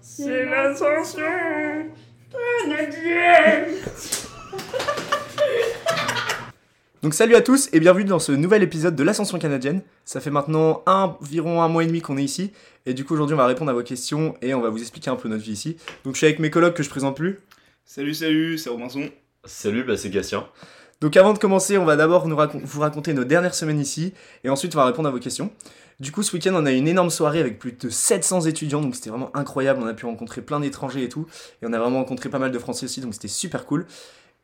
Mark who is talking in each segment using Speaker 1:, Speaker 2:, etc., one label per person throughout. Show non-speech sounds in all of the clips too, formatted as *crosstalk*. Speaker 1: C'est l'ascension canadienne
Speaker 2: Donc salut à tous et bienvenue dans ce nouvel épisode de l'Ascension canadienne. Ça fait maintenant un- environ un mois et demi qu'on est ici et du coup aujourd'hui on va répondre à vos questions et on va vous expliquer un peu notre vie ici. Donc je suis avec mes collègues que je présente plus.
Speaker 3: Salut, salut, c'est Robinson.
Speaker 4: Salut, bah c'est Gatien.
Speaker 2: Donc avant de commencer on va d'abord nous racon- vous raconter nos dernières semaines ici et ensuite on va répondre à vos questions. Du coup ce week-end on a eu une énorme soirée avec plus de 700 étudiants donc c'était vraiment incroyable, on a pu rencontrer plein d'étrangers et tout et on a vraiment rencontré pas mal de Français aussi donc c'était super cool.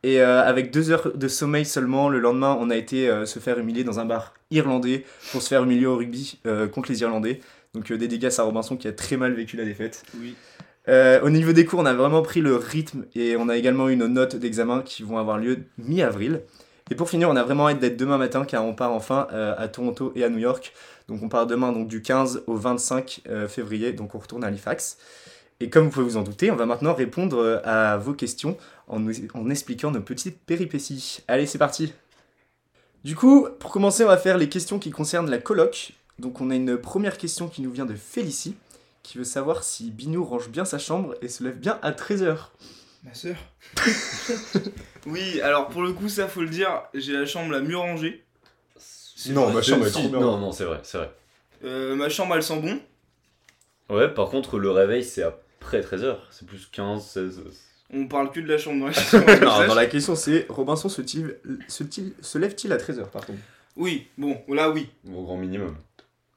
Speaker 2: Et euh, avec deux heures de sommeil seulement, le lendemain, on a été euh, se faire humilier dans un bar irlandais pour se faire humilier au rugby euh, contre les Irlandais. Donc euh, des dégâts à Robinson qui a très mal vécu la défaite.
Speaker 3: Oui.
Speaker 2: Euh, au niveau des cours, on a vraiment pris le rythme et on a également eu nos notes d'examen qui vont avoir lieu mi-avril. Et pour finir, on a vraiment hâte d'être demain matin car on part enfin euh, à Toronto et à New York. Donc on part demain donc du 15 au 25 euh, février, donc on retourne à Halifax. Et comme vous pouvez vous en douter, on va maintenant répondre euh, à vos questions en, nous, en expliquant nos petites péripéties. Allez, c'est parti Du coup, pour commencer, on va faire les questions qui concernent la coloc. Donc on a une première question qui nous vient de Félicie, qui veut savoir si Binou range bien sa chambre et se lève bien à 13h.
Speaker 3: Ma sœur. *laughs* oui, alors pour le coup, ça faut le dire, j'ai la chambre la mieux rangée.
Speaker 2: Non,
Speaker 4: vrai.
Speaker 2: ma chambre, elle
Speaker 4: Si,
Speaker 2: sent bien.
Speaker 4: Non, non, c'est vrai, c'est vrai.
Speaker 3: Euh, ma chambre elle sent bon.
Speaker 4: Ouais, par contre, le réveil, c'est après 13h. C'est plus 15, 16. euh,
Speaker 3: On parle que de la chambre dans la *laughs* chambre.
Speaker 2: Alors, dans la question, c'est Robinson se, tive- se til- se lève-t-il à 13h par contre
Speaker 3: Oui, bon, là oui.
Speaker 4: Au grand minimum.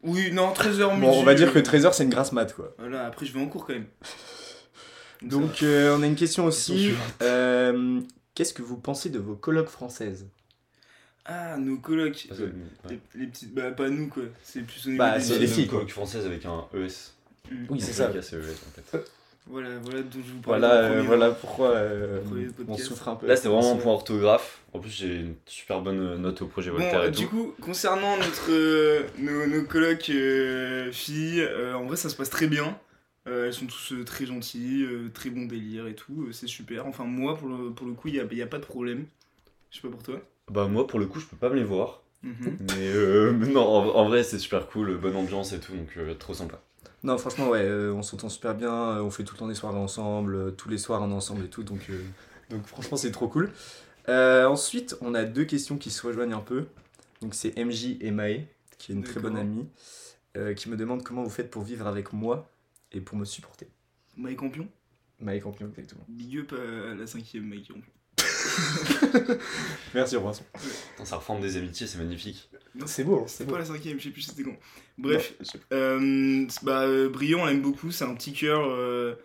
Speaker 3: Oui, non, 13h
Speaker 2: Bon, on va dire que 13h c'est une grasse mat quoi.
Speaker 3: Voilà, après je vais en cours quand même.
Speaker 2: *laughs* Donc, euh, on a une question aussi.
Speaker 3: Question
Speaker 2: euh, Qu'est-ce que vous pensez de vos colocs françaises
Speaker 3: Ah, nos colocs.
Speaker 4: Parce que,
Speaker 3: Euh,
Speaker 4: ouais.
Speaker 3: Les, les petites. Bah, pas nous quoi. C'est plus au niveau
Speaker 2: Bah,
Speaker 3: des-
Speaker 2: c'est les filles.
Speaker 4: coloc française avec un E ES.
Speaker 3: Mm.
Speaker 2: Oui,
Speaker 4: Donc,
Speaker 2: c'est ça.
Speaker 4: le gars, C'est ES, en fait.
Speaker 3: Voilà, voilà dont je vous parle.
Speaker 2: Voilà,
Speaker 3: dans le
Speaker 2: euh,
Speaker 3: premier
Speaker 2: voilà pourquoi euh,
Speaker 3: Premier
Speaker 2: on
Speaker 3: podcast.
Speaker 2: souffre un peu.
Speaker 4: Là, c'est vraiment
Speaker 2: Parce
Speaker 4: un
Speaker 2: que-
Speaker 4: point orthographe. En plus, j'ai une super bonne euh, note au projet
Speaker 3: Bon,
Speaker 4: Voltaire et
Speaker 3: euh, du
Speaker 4: tout.
Speaker 3: coup, concernant notre, euh, nos, nos colocs euh, filles, euh, en vrai, ça se passe très bien. Euh, elles sont tous euh, très gentilles, euh, très bon délire et tout, euh, c'est super. Enfin, moi, pour le, pour le coup, il n'y a, y a pas de problème. Je sais pas pour toi.
Speaker 4: Bah, moi, pour le coup, je peux pas me les voir.
Speaker 3: Mhm.
Speaker 4: Mais euh, *laughs* mais non, en, en vrai, c'est super cool. euh, Bonne ambiance et tout. Donc, euh, trop sympa.
Speaker 2: Non, franchement, ouais, euh, on s'entend super bien, euh, on fait tout le temps des soirées ensemble, euh, tous les soirs on est ensemble et tout, donc, euh, donc franchement, c'est trop cool. Euh, ensuite, on a deux questions qui se rejoignent un peu. Donc, c'est MJ et Mae, qui est une très
Speaker 3: D'accord.
Speaker 2: bonne amie, euh, qui me demande comment vous faites pour vivre avec moi et pour me supporter.
Speaker 3: Mike Campion
Speaker 2: Mae Campion, exactement.
Speaker 3: Bah, Big up à la cinquième Mike Campion.
Speaker 2: Merci, Robinson.
Speaker 4: Putain, ça reforme des amitiés, c'est magnifique.
Speaker 2: C'est beau, hein.
Speaker 3: C'est pas la cinquième, je sais plus c'était quand. Bref, euh, c'est- bah, euh, Brion, on l'aime beaucoup, c'est un petit cœur. euh,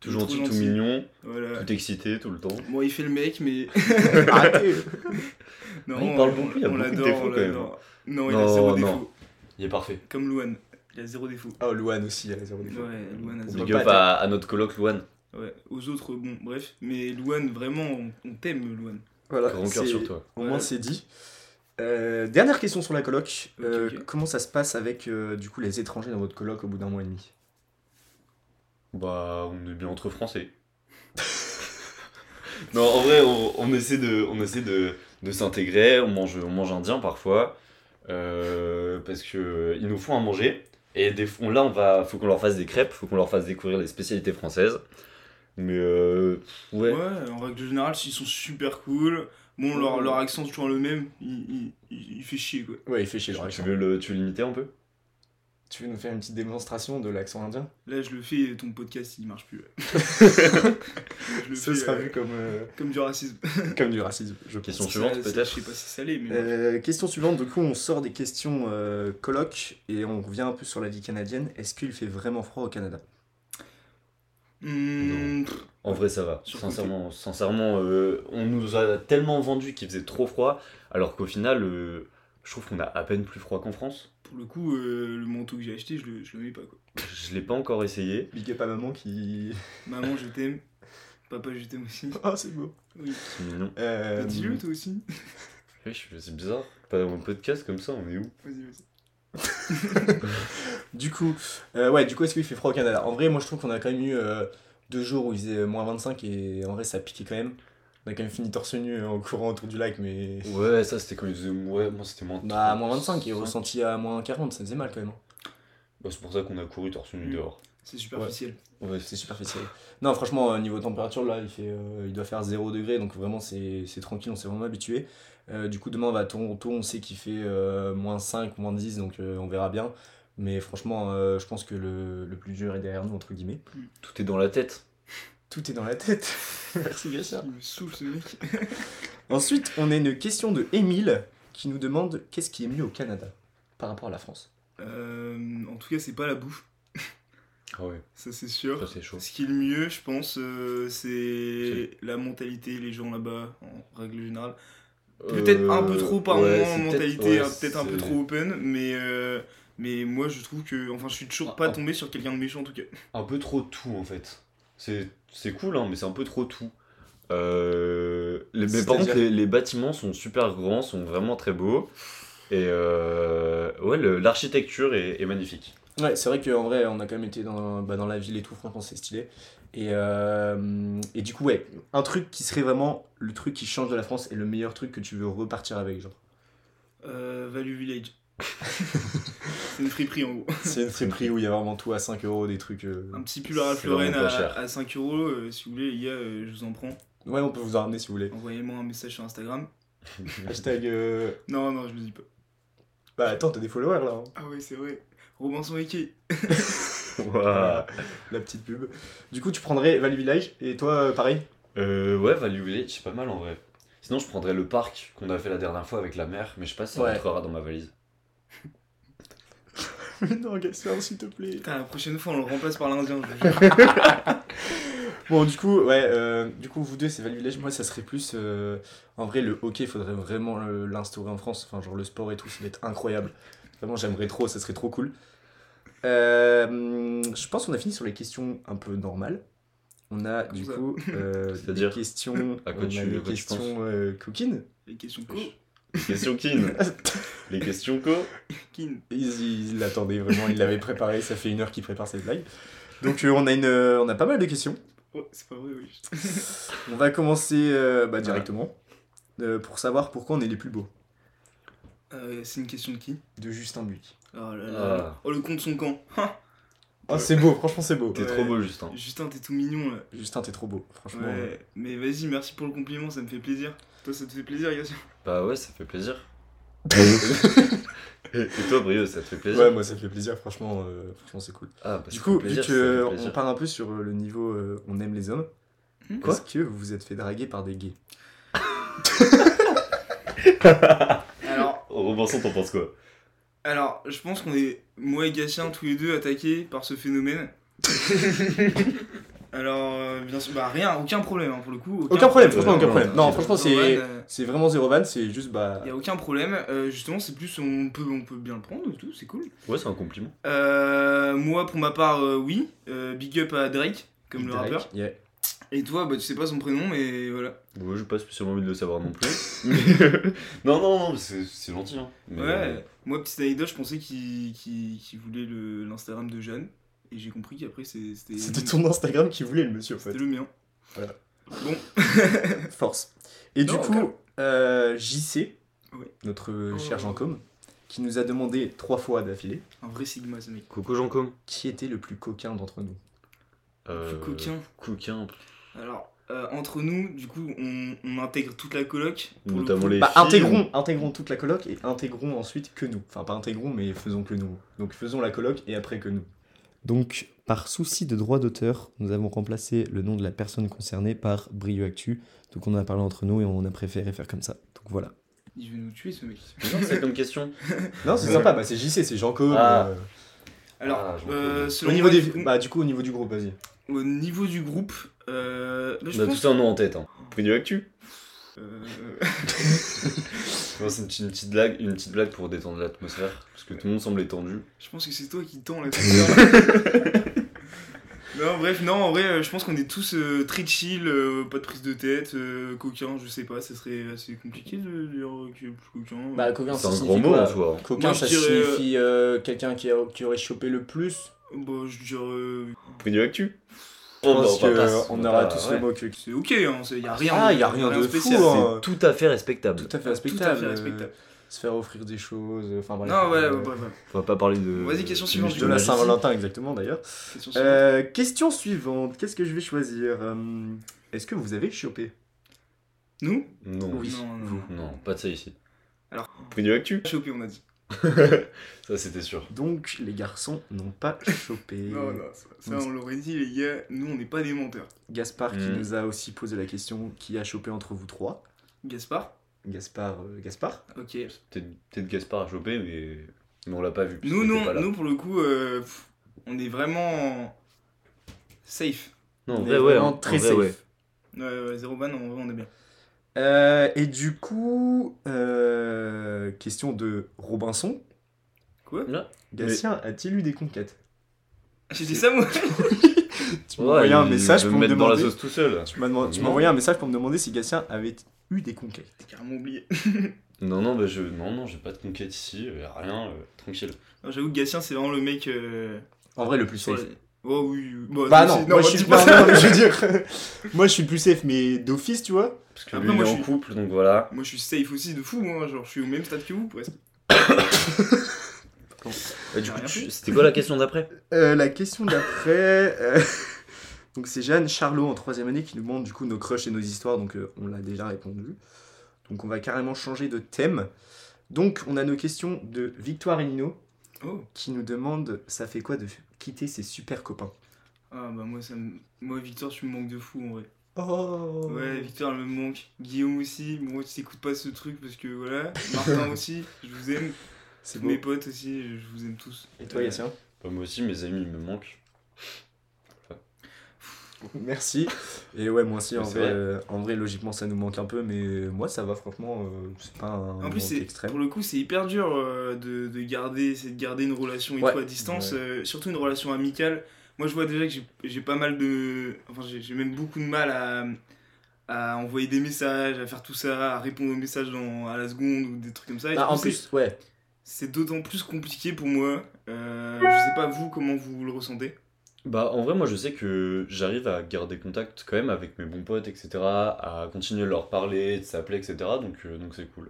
Speaker 4: Tout
Speaker 3: trop
Speaker 4: gentil, tout mignon,
Speaker 3: Voilà.
Speaker 4: tout excité tout le temps.
Speaker 3: Bon, il fait le mec, mais
Speaker 2: Bah, Arrêtez
Speaker 3: *laughs* Non,
Speaker 4: Ah, il parle
Speaker 3: on-
Speaker 4: beaucoup, il y a
Speaker 3: on
Speaker 4: beaucoup de
Speaker 3: l'adore,
Speaker 4: défauts,
Speaker 3: on
Speaker 4: quand même.
Speaker 3: l'adore. Non, il a
Speaker 4: Non,
Speaker 3: zéro
Speaker 4: non.
Speaker 3: défaut.
Speaker 4: Il est parfait.
Speaker 3: Comme Luan, il a zéro défaut.
Speaker 2: Oh, Luan aussi, elle a zéro défaut.
Speaker 3: Ouais, Luan a
Speaker 2: On
Speaker 3: zéro
Speaker 2: peut
Speaker 4: Big
Speaker 2: pas
Speaker 4: up à, à notre coloc Luan.
Speaker 3: Ouais, aux autres, bon, bref. Mais Luan, vraiment, on, on t'aime, Luan.
Speaker 2: Voilà,
Speaker 4: Grand cœur
Speaker 2: Euh, c'est-
Speaker 4: sur toi.
Speaker 2: Au
Speaker 3: Ouais.
Speaker 2: moins c'est dit. Euh, dernière question sur la coloc.
Speaker 3: Ok,
Speaker 2: Euh,
Speaker 3: ok.
Speaker 2: Comment ça se passe avec euh, du coup les étrangers dans votre coloc au bout d'un mois et demi
Speaker 4: Bah, on est bien entre Français. *laughs* non, en vrai, on, on essaie de, on essaie de, de s'intégrer. On mange, on mange indien parfois euh, parce que ils nous font à manger. Et des, fois- là, on va, faut qu'on leur fasse des crêpes, faut qu'on leur fasse découvrir les spécialités françaises. Mais euh, ouais.
Speaker 3: Ouais, en règle générale, ils sont super cool. Bon, leur, leur accent, c'est toujours le même. Il, il- il- il fait chier, quoi.
Speaker 2: Ouais, il fait chier
Speaker 4: Tu,
Speaker 2: leur
Speaker 4: tu
Speaker 2: accent.
Speaker 4: veux le, tu veux l'imiter un peu
Speaker 2: Tu veux nous faire une petite démonstration de l'accent indien
Speaker 3: Là, je le fais, ton podcast, il marche plus.
Speaker 2: *laughs*
Speaker 3: ouais. je le
Speaker 2: Ce
Speaker 3: fais,
Speaker 2: sera
Speaker 3: euh,
Speaker 2: vu comme, euh, *laughs*
Speaker 3: comme du racisme.
Speaker 2: comme du racisme, je pense.
Speaker 4: Question suivante,
Speaker 3: Ça, c'est-
Speaker 4: peut-être
Speaker 3: Je sais pas si ça l'est, mais.
Speaker 2: Euh, question suivante, du coup on sort des questions euh, coloc et on revient un peu sur la vie canadienne. Est-ce qu'il fait vraiment froid au Canada
Speaker 3: Hmm, pff,
Speaker 4: En vrai, ça va.
Speaker 3: Surtout
Speaker 4: Sincèrement, sincèrement euh, on nous a tellement vendu qu'il faisait trop froid, alors qu'au final, euh, je trouve qu'on a à peine plus froid qu'en France.
Speaker 3: pour le coup, euh, le manteau que j'ai acheté, je le, je le mets pas, quoi.
Speaker 4: Je l'ai pas encore essayé.
Speaker 2: Big up à maman *laughs* qui.
Speaker 3: Maman, je t'aime. Papa, je t'aime aussi.
Speaker 2: Ah, c'est beau
Speaker 3: Oui.
Speaker 4: C'est mignon.
Speaker 2: Euh,
Speaker 3: Bah, Dis-le, toi aussi.
Speaker 4: Oui, je- c'est bizarre. Pas un podcast comme ça, on est où
Speaker 3: Vas-y, vas-y.
Speaker 2: Du coup, euh, ouais, du coup, est-ce qu'il fait froid au Canada En vrai, moi, je trouve qu'on a quand même eu euh, deux jours où il faisait euh, moins 25 et en vrai, ça piquait quand même. On a quand même fini torse nu euh, en courant autour du lac, *laughs* mais.
Speaker 4: Ouais, ça c'était quand ils faisaient. Ouais, moi c'était moins.
Speaker 2: Bah, à moins 25 et
Speaker 4: cinq.
Speaker 2: ressenti à moins 40, ça faisait mal quand même. hein.
Speaker 4: Bah, c'est pour ça qu'on a couru torse nu
Speaker 3: Mm.
Speaker 4: dehors.
Speaker 3: C'est superficiel.
Speaker 4: Ouais,
Speaker 2: C'est superficiel. Non, franchement, euh, niveau température, là, il, fait, euh, il doit faire 0 degré, donc vraiment, c'est c'est tranquille, on s'est vraiment habitué. Euh, du coup, demain, on va à Toronto, on sait qu'il fait euh, moins 5, moins 10, donc euh, on verra bien. Mais franchement, euh, je pense que le, le plus dur est derrière nous, entre guillemets.
Speaker 4: Tout est dans la tête.
Speaker 2: Tout est dans la *laughs* tête. Merci, bien
Speaker 3: Il me saoule ce mec.
Speaker 2: Ensuite, on a une question de Émile qui nous demande qu'est-ce qui est mieux au Canada par rapport à la France.
Speaker 3: Euh, en tout cas, c'est pas la bouffe,
Speaker 4: Ah ouais,
Speaker 3: ça c'est
Speaker 4: ça
Speaker 3: sûr.
Speaker 4: c'est chaud.
Speaker 3: Ce qui est le mieux, je pense, euh, c'est la mentalité, les gens là-bas, en règle générale. Peut-être un peu trop par
Speaker 4: Euh, ouais,
Speaker 3: moment,
Speaker 4: c'est
Speaker 3: mentalité,
Speaker 4: ouais,
Speaker 3: hein, peut-être un peu
Speaker 4: c'est-
Speaker 3: trop open, mais, euh, mais moi je trouve que. Enfin, je suis toujours pas
Speaker 4: Ah.
Speaker 3: tombé sur quelqu'un de méchant en tout cas.
Speaker 4: un peu trop tout en fait. C'est c'est cool, hein, mais c'est un peu trop tout. Euh, les, mais par
Speaker 2: C'est-à-dire
Speaker 4: contre, les, les bâtiments sont super grands, sont vraiment très beaux. Et euh, ouais, le- l'architecture est, est magnifique. *laughs*
Speaker 2: Ouais, c'est vrai qu'en vrai, on a quand même été dans, bah, dans la ville et tout, franchement, c'est stylé. Et, euh, et du coup, ouais, un truc qui serait vraiment le truc qui change de la France et le meilleur truc que tu veux repartir avec, genre.
Speaker 3: Euh, Value
Speaker 4: *laughs*
Speaker 3: Village. c'est une friperie en gros.
Speaker 2: *laughs* C'est une friperie où il y a vraiment tout à 5 euros, des trucs. euh,
Speaker 3: Un petit pull à Ralph
Speaker 4: C'est vraiment
Speaker 3: Lauren
Speaker 4: pas
Speaker 3: à,
Speaker 4: cher.
Speaker 3: à 5 euros, euh, si vous voulez, les gars, euh, je vous en prends.
Speaker 2: Ouais, on peut vous en ramener si vous voulez.
Speaker 3: Envoyez-moi un message sur Instagram.
Speaker 2: Hashtag. euh,
Speaker 3: Non, non, je vous dis pas.
Speaker 2: Bah attends, t'as des followers là. hein.
Speaker 3: Ah ouais, c'est vrai. Robinson Eke.
Speaker 2: Ah.
Speaker 4: Ouah.
Speaker 2: La petite pub. Du coup, tu prendrais Valley Village et toi, euh, pareil
Speaker 4: Euh, ouais, Value Village, c'est pas mal en vrai. Sinon, je prendrais le parc qu'on a fait la dernière fois avec la mer, mais je sais pas si ça
Speaker 2: Ouais.
Speaker 4: rentrera dans ma valise.
Speaker 2: *laughs* Non, Gaspard, s'il te plaît.
Speaker 3: Putain, la prochaine fois, on le remplace par l'Indien. je
Speaker 2: *laughs*
Speaker 3: vous jure.
Speaker 2: Bon, du coup, ouais, euh, du coup, vous deux, c'est Value Village. Moi, ça serait plus. euh, en vrai, le hockey, faudrait vraiment le- l'instaurer en France. Enfin, genre le sport et tout, ça va être incroyable. Vraiment, j'aimerais trop, ça serait trop cool. Euh, hum, je pense qu'on a fini sur les questions un peu normales. On a du
Speaker 3: Comme ça.
Speaker 2: coup euh, des
Speaker 4: *laughs* C'est-à-dire
Speaker 2: questions,
Speaker 4: À quoi
Speaker 2: on a
Speaker 4: tu- à
Speaker 2: des
Speaker 4: quoi tu
Speaker 2: questions
Speaker 4: penses
Speaker 2: euh, coquines.
Speaker 3: Les questions co.
Speaker 4: Les questions
Speaker 2: *laughs*
Speaker 4: kin Les questions co
Speaker 3: Kin.
Speaker 2: Il il l'attendait vraiment, il l'avait préparé, ça fait une heure qu'il prépare cette blague. Donc euh, on, a une, euh, on a pas mal de questions.
Speaker 3: Oh, c'est pas vrai, oui.
Speaker 2: On va commencer euh, bah, directement euh, pour savoir pourquoi on est les plus beaux.
Speaker 3: Euh, c'est une question de qui
Speaker 2: De Justin Buick.
Speaker 3: Oh là là.
Speaker 4: Ah.
Speaker 3: Oh, le compte son camp. Ha
Speaker 2: Oh c'est beau, franchement c'est beau.
Speaker 4: T'es
Speaker 3: Ouais.
Speaker 4: trop beau, Justin.
Speaker 3: Justin, t'es tout mignon là.
Speaker 2: Justin t'es trop beau, franchement. euh,
Speaker 3: Ouais, mais vas-y, merci pour le compliment, ça me fait plaisir. Toi, ça te fait plaisir, Yassine
Speaker 4: Bah ouais, ça
Speaker 2: *laughs*
Speaker 4: fait plaisir. et, et toi, Brieux, ça te fait plaisir
Speaker 2: Ouais moi ça me fait plaisir, franchement, euh, franchement c'est cool.
Speaker 4: Ah, bah,
Speaker 2: Du
Speaker 4: ça
Speaker 2: coup,
Speaker 4: fait plaisir,
Speaker 2: vu
Speaker 4: ça fait
Speaker 2: qu'on
Speaker 4: plaisir.
Speaker 2: part un peu sur euh, le niveau euh, on aime les hommes,
Speaker 3: Hmm
Speaker 4: Quoi
Speaker 2: est-ce que vous vous êtes fait draguer par des gays
Speaker 3: Alors,
Speaker 4: Robinson, Oh, t'en penses quoi
Speaker 3: alors, je pense qu'on est, moi et Gatien, tous les deux attaqués par
Speaker 2: *laughs*
Speaker 3: ce phénomène. alors, euh, bien sûr, bah rien, aucun problème hein, pour le coup.
Speaker 2: Aucun problème, franchement
Speaker 4: franchement,
Speaker 2: aucun
Speaker 4: aucun
Speaker 2: problème. Non
Speaker 4: Ouais.
Speaker 2: franchement c'est... C'est vraiment zéro van, c'est juste bah.
Speaker 3: Il y a aucun problème, Euh, justement, c'est plus on peut, on peut bien le prendre et tout, c'est cool.
Speaker 4: Ouais, c'est un compliment.
Speaker 3: Euh, moi, pour ma part, euh, oui. Euh, big up à Drake, comme le
Speaker 2: Drake,
Speaker 3: rappeur.
Speaker 2: yeah.
Speaker 3: Et toi, bah, tu sais pas son prénom, mais voilà.
Speaker 4: Ouais, j'ai pas spécialement envie de le savoir
Speaker 2: *laughs*
Speaker 4: non plus. Mais- non, non, non, mais c'est c'est gentil. Hein. Mais-
Speaker 3: Ouais. Moi, petite anecdote, je pensais qu'il qu'il- qu'il voulait le- l'Instagram de Jeanne. Et j'ai compris qu'après, c'est- c'était.
Speaker 2: C'était ton Instagram qui voulait le monsieur en fait.
Speaker 3: C'était le mien.
Speaker 2: Voilà.
Speaker 3: Bon,
Speaker 2: Force. Et
Speaker 3: Non,
Speaker 2: du coup, euh, JC,
Speaker 3: Oui.
Speaker 2: notre euh,
Speaker 3: Oh.
Speaker 2: cher Jean Com, qui nous a demandé trois fois d'affilée
Speaker 3: un vrai Sigma, ce mec.
Speaker 4: Coucou, Jean-Com.
Speaker 2: qui était le plus coquin d'entre nous.
Speaker 3: Plus
Speaker 4: Euh,
Speaker 3: coquin.
Speaker 4: Coquin,
Speaker 3: Alors, euh, entre nous, du coup, on, on intègre toute la coloc. pour le
Speaker 4: notamment
Speaker 3: coup.
Speaker 4: les.
Speaker 2: Bah,
Speaker 4: filles.
Speaker 2: intégrons, intégrons toute la coloc et intégrons ensuite que nous. Enfin, pas intégrons, mais faisons que nous. Donc, faisons la coloc et après que nous. Donc, par souci de droit d'auteur, nous avons remplacé le nom de la personne concernée par Brio Actu. Donc, on en a parlé entre nous et on a préféré faire comme ça. Donc, voilà.
Speaker 3: Il veut nous tuer, ce mec.
Speaker 4: Non, c'est comme question.
Speaker 2: Non, c'est sympa, bah, c'est JC, c'est Jean Com.
Speaker 4: Ah.
Speaker 2: euh,
Speaker 3: Alors,
Speaker 4: Ah, je m'en
Speaker 3: euh,
Speaker 4: connais.
Speaker 2: Au
Speaker 3: selon
Speaker 2: niveau
Speaker 3: moi,
Speaker 2: des...
Speaker 3: du coup,
Speaker 2: Bah, du coup, au niveau du groupe, vas-y.
Speaker 3: au niveau du groupe, euh, bah,
Speaker 4: On
Speaker 3: je
Speaker 4: a tous
Speaker 3: pense.
Speaker 4: un nom en tête. Hein. Prix du actu.
Speaker 3: euh,
Speaker 4: Non, c'est une, petite- une petite blague, une petite blague pour détendre l'atmosphère. Parce que tout le monde semble étendu.
Speaker 3: je pense que c'est toi qui tends la tête. Non, bref, non, en vrai, euh, je pense qu'on est tous euh, très chill, euh, pas de prise de tête, euh, coquin, je sais pas, ça serait assez compliqué de dire que plus coquin. Euh,
Speaker 2: Bah, coquin,
Speaker 4: C'est
Speaker 2: ça
Speaker 4: un
Speaker 2: signifie
Speaker 4: gros mot
Speaker 2: quoi
Speaker 4: en soi. hein.
Speaker 2: Coquin,
Speaker 3: Moi, je
Speaker 2: ça
Speaker 3: dirais,
Speaker 2: signifie euh, quelqu'un qui, a- qui aurait chopé le plus.
Speaker 3: Bah, je dirais. euh,
Speaker 4: Prix du actu.
Speaker 2: Je
Speaker 4: Oh, bah,
Speaker 2: pense
Speaker 4: va pas-
Speaker 2: qu'on
Speaker 4: va
Speaker 2: aura
Speaker 4: pas-
Speaker 2: tous
Speaker 4: ouais.
Speaker 2: le mot que.
Speaker 3: C'est ok, hein, c'est- y a rien
Speaker 2: Ah,
Speaker 3: de,
Speaker 2: y a rien de fou,
Speaker 3: spécial.
Speaker 2: hein.
Speaker 4: C'est tout à fait respectable.
Speaker 2: Tout à fait
Speaker 3: Euh, Tout à
Speaker 2: respectable. euh,
Speaker 3: fait respectable.
Speaker 2: se faire offrir des choses. Enfin, bref.
Speaker 3: Non, ouais,
Speaker 2: Euh,
Speaker 3: ouais, bref, ouais.
Speaker 4: On va pas parler de.
Speaker 3: Vas-y, question
Speaker 4: du-
Speaker 3: suivante,
Speaker 4: du
Speaker 2: De la
Speaker 4: magie.
Speaker 2: Saint-Valentin, exactement d'ailleurs.
Speaker 3: Question suivante.
Speaker 2: Euh, question suivante. Qu'est-ce que je vais choisir Euh, Est-ce que vous avez chopé
Speaker 3: Nous
Speaker 4: Non.
Speaker 2: Oui.
Speaker 3: Non, non,
Speaker 2: vous.
Speaker 3: non.
Speaker 4: Non, pas de ça ici.
Speaker 3: Alors,
Speaker 4: Pugno Actu
Speaker 3: chopé, on a dit.
Speaker 4: Ça, c'était sûr.
Speaker 2: Donc, les garçons n'ont
Speaker 3: *laughs*
Speaker 2: pas chopé.
Speaker 3: Non, non, ça, ça, on l'aurait dit, les gars, nous, on n'est pas des menteurs.
Speaker 2: Gaspard qui
Speaker 4: Mm.
Speaker 2: nous a aussi posé la question qui a chopé entre vous trois
Speaker 3: Gaspard
Speaker 2: Gaspard, euh, Gaspard
Speaker 3: Ok.
Speaker 4: Peut-être peut-être Gaspard a chopé, mais, mais on l'a pas vu.
Speaker 3: Nous,
Speaker 4: puisqu'on était pas
Speaker 3: non,
Speaker 4: là.
Speaker 3: nous, pour le coup, euh, pff, on est vraiment safe.
Speaker 4: Non, en
Speaker 2: On est
Speaker 4: vrai, ouais. hein.
Speaker 2: vraiment
Speaker 4: en- en
Speaker 2: très
Speaker 4: vrai,
Speaker 2: safe.
Speaker 4: ouais.
Speaker 3: Ouais, ouais, zéro ban, en vrai, on est bien. *laughs*
Speaker 2: Euh, et du coup, euh, question de Robinson.
Speaker 3: Quoi
Speaker 2: Gatien a-t-il eu des conquêtes
Speaker 3: J'ai dit ça, moi
Speaker 2: Tu m'as envoyé un
Speaker 4: il
Speaker 2: message
Speaker 4: veut
Speaker 2: pour
Speaker 4: me
Speaker 2: me
Speaker 4: mettre dans la
Speaker 2: demander.
Speaker 4: sauce tout seul.
Speaker 2: Tu m'as demandé- tu m'as
Speaker 4: Non.
Speaker 2: envoyé un message pour me demander si Gatien avait eu des conquêtes.
Speaker 3: J'ai carrément oublié.
Speaker 4: Non, non, bah, je... non, non, j'ai pas de conquête ici, euh, rien, euh, tranquille.
Speaker 3: Non, J'avoue que Gatien, c'est vraiment le mec. euh,
Speaker 2: En vrai, le plus
Speaker 3: sur
Speaker 2: safe.
Speaker 3: les- Oh oui, oui. Bon,
Speaker 2: Bah
Speaker 3: non,
Speaker 2: non,
Speaker 3: c'est-
Speaker 2: moi
Speaker 3: bah,
Speaker 2: je *laughs* suis
Speaker 3: dis pas
Speaker 2: non,
Speaker 3: ça.
Speaker 2: non, mais je veux dire, *laughs* moi je suis le plus safe, mais d'office, tu vois.
Speaker 4: Parce que
Speaker 3: Après,
Speaker 4: lui, il
Speaker 3: moi,
Speaker 4: est
Speaker 3: je
Speaker 4: en
Speaker 3: suis-
Speaker 4: couple, donc voilà.
Speaker 3: Moi, je suis safe aussi de fou, moi. Genre, je suis au même stade que vous, presque.
Speaker 4: Et du
Speaker 3: Ah,
Speaker 4: coup,
Speaker 3: rien
Speaker 4: tu-
Speaker 3: fait.
Speaker 4: c'était quoi la question d'après
Speaker 2: Euh, la question d'après, euh, *laughs* donc c'est Jeanne Charlot en troisième année qui nous demande du coup nos crushs et nos histoires, donc euh, on l'a déjà répondu. Donc on va carrément changer de thème. Donc on a nos questions de Victoire et Nino
Speaker 3: Oh.
Speaker 2: qui nous demande ça fait quoi de quitter ses super copains.
Speaker 3: Ah, bah, moi, ça me... moi, Victor, tu me manques de fou, en vrai.
Speaker 2: Oh
Speaker 3: Ouais, Victor, elle me manque. Guillaume aussi. Bon, tu t'écoutes pas ce truc parce que voilà. Martin *laughs* aussi, je vous aime.
Speaker 2: c'est beau.
Speaker 3: Mes potes aussi, je vous aime tous.
Speaker 2: Et toi, Yacien
Speaker 4: Bah, Moi aussi, mes amis, ils me manquent.
Speaker 2: Merci. Et ouais, moi aussi, en
Speaker 4: Mais c'est
Speaker 2: vrai,
Speaker 4: vrai.
Speaker 2: euh, en vrai, logiquement, ça nous manque un peu, mais moi, ça va, franchement, euh, c'est pas un
Speaker 3: En plus,
Speaker 2: manque
Speaker 3: c'est
Speaker 2: extrême.
Speaker 3: pour le coup, c'est hyper dur euh, de, de garder, c'est de garder une relation et
Speaker 2: Ouais.
Speaker 3: tout à distance,
Speaker 2: Ouais.
Speaker 3: euh, surtout une relation amicale. Moi, je vois déjà que j'ai- j'ai pas mal de, enfin, j'ai j'ai même beaucoup de mal à, à envoyer des messages, à faire tout ça, à répondre aux messages dans- à la seconde ou des trucs comme ça. Et
Speaker 2: Bah, en
Speaker 3: du coup, c'est-
Speaker 2: plus, ouais.
Speaker 3: c'est d'autant plus compliqué pour moi. Euh, je sais pas vous comment vous le ressentez.
Speaker 4: Bah, en vrai, moi, je sais que j'arrive à garder contact quand même avec mes bons potes, etc. À continuer de leur parler, de s'appeler, etc. Donc, euh, donc c'est cool.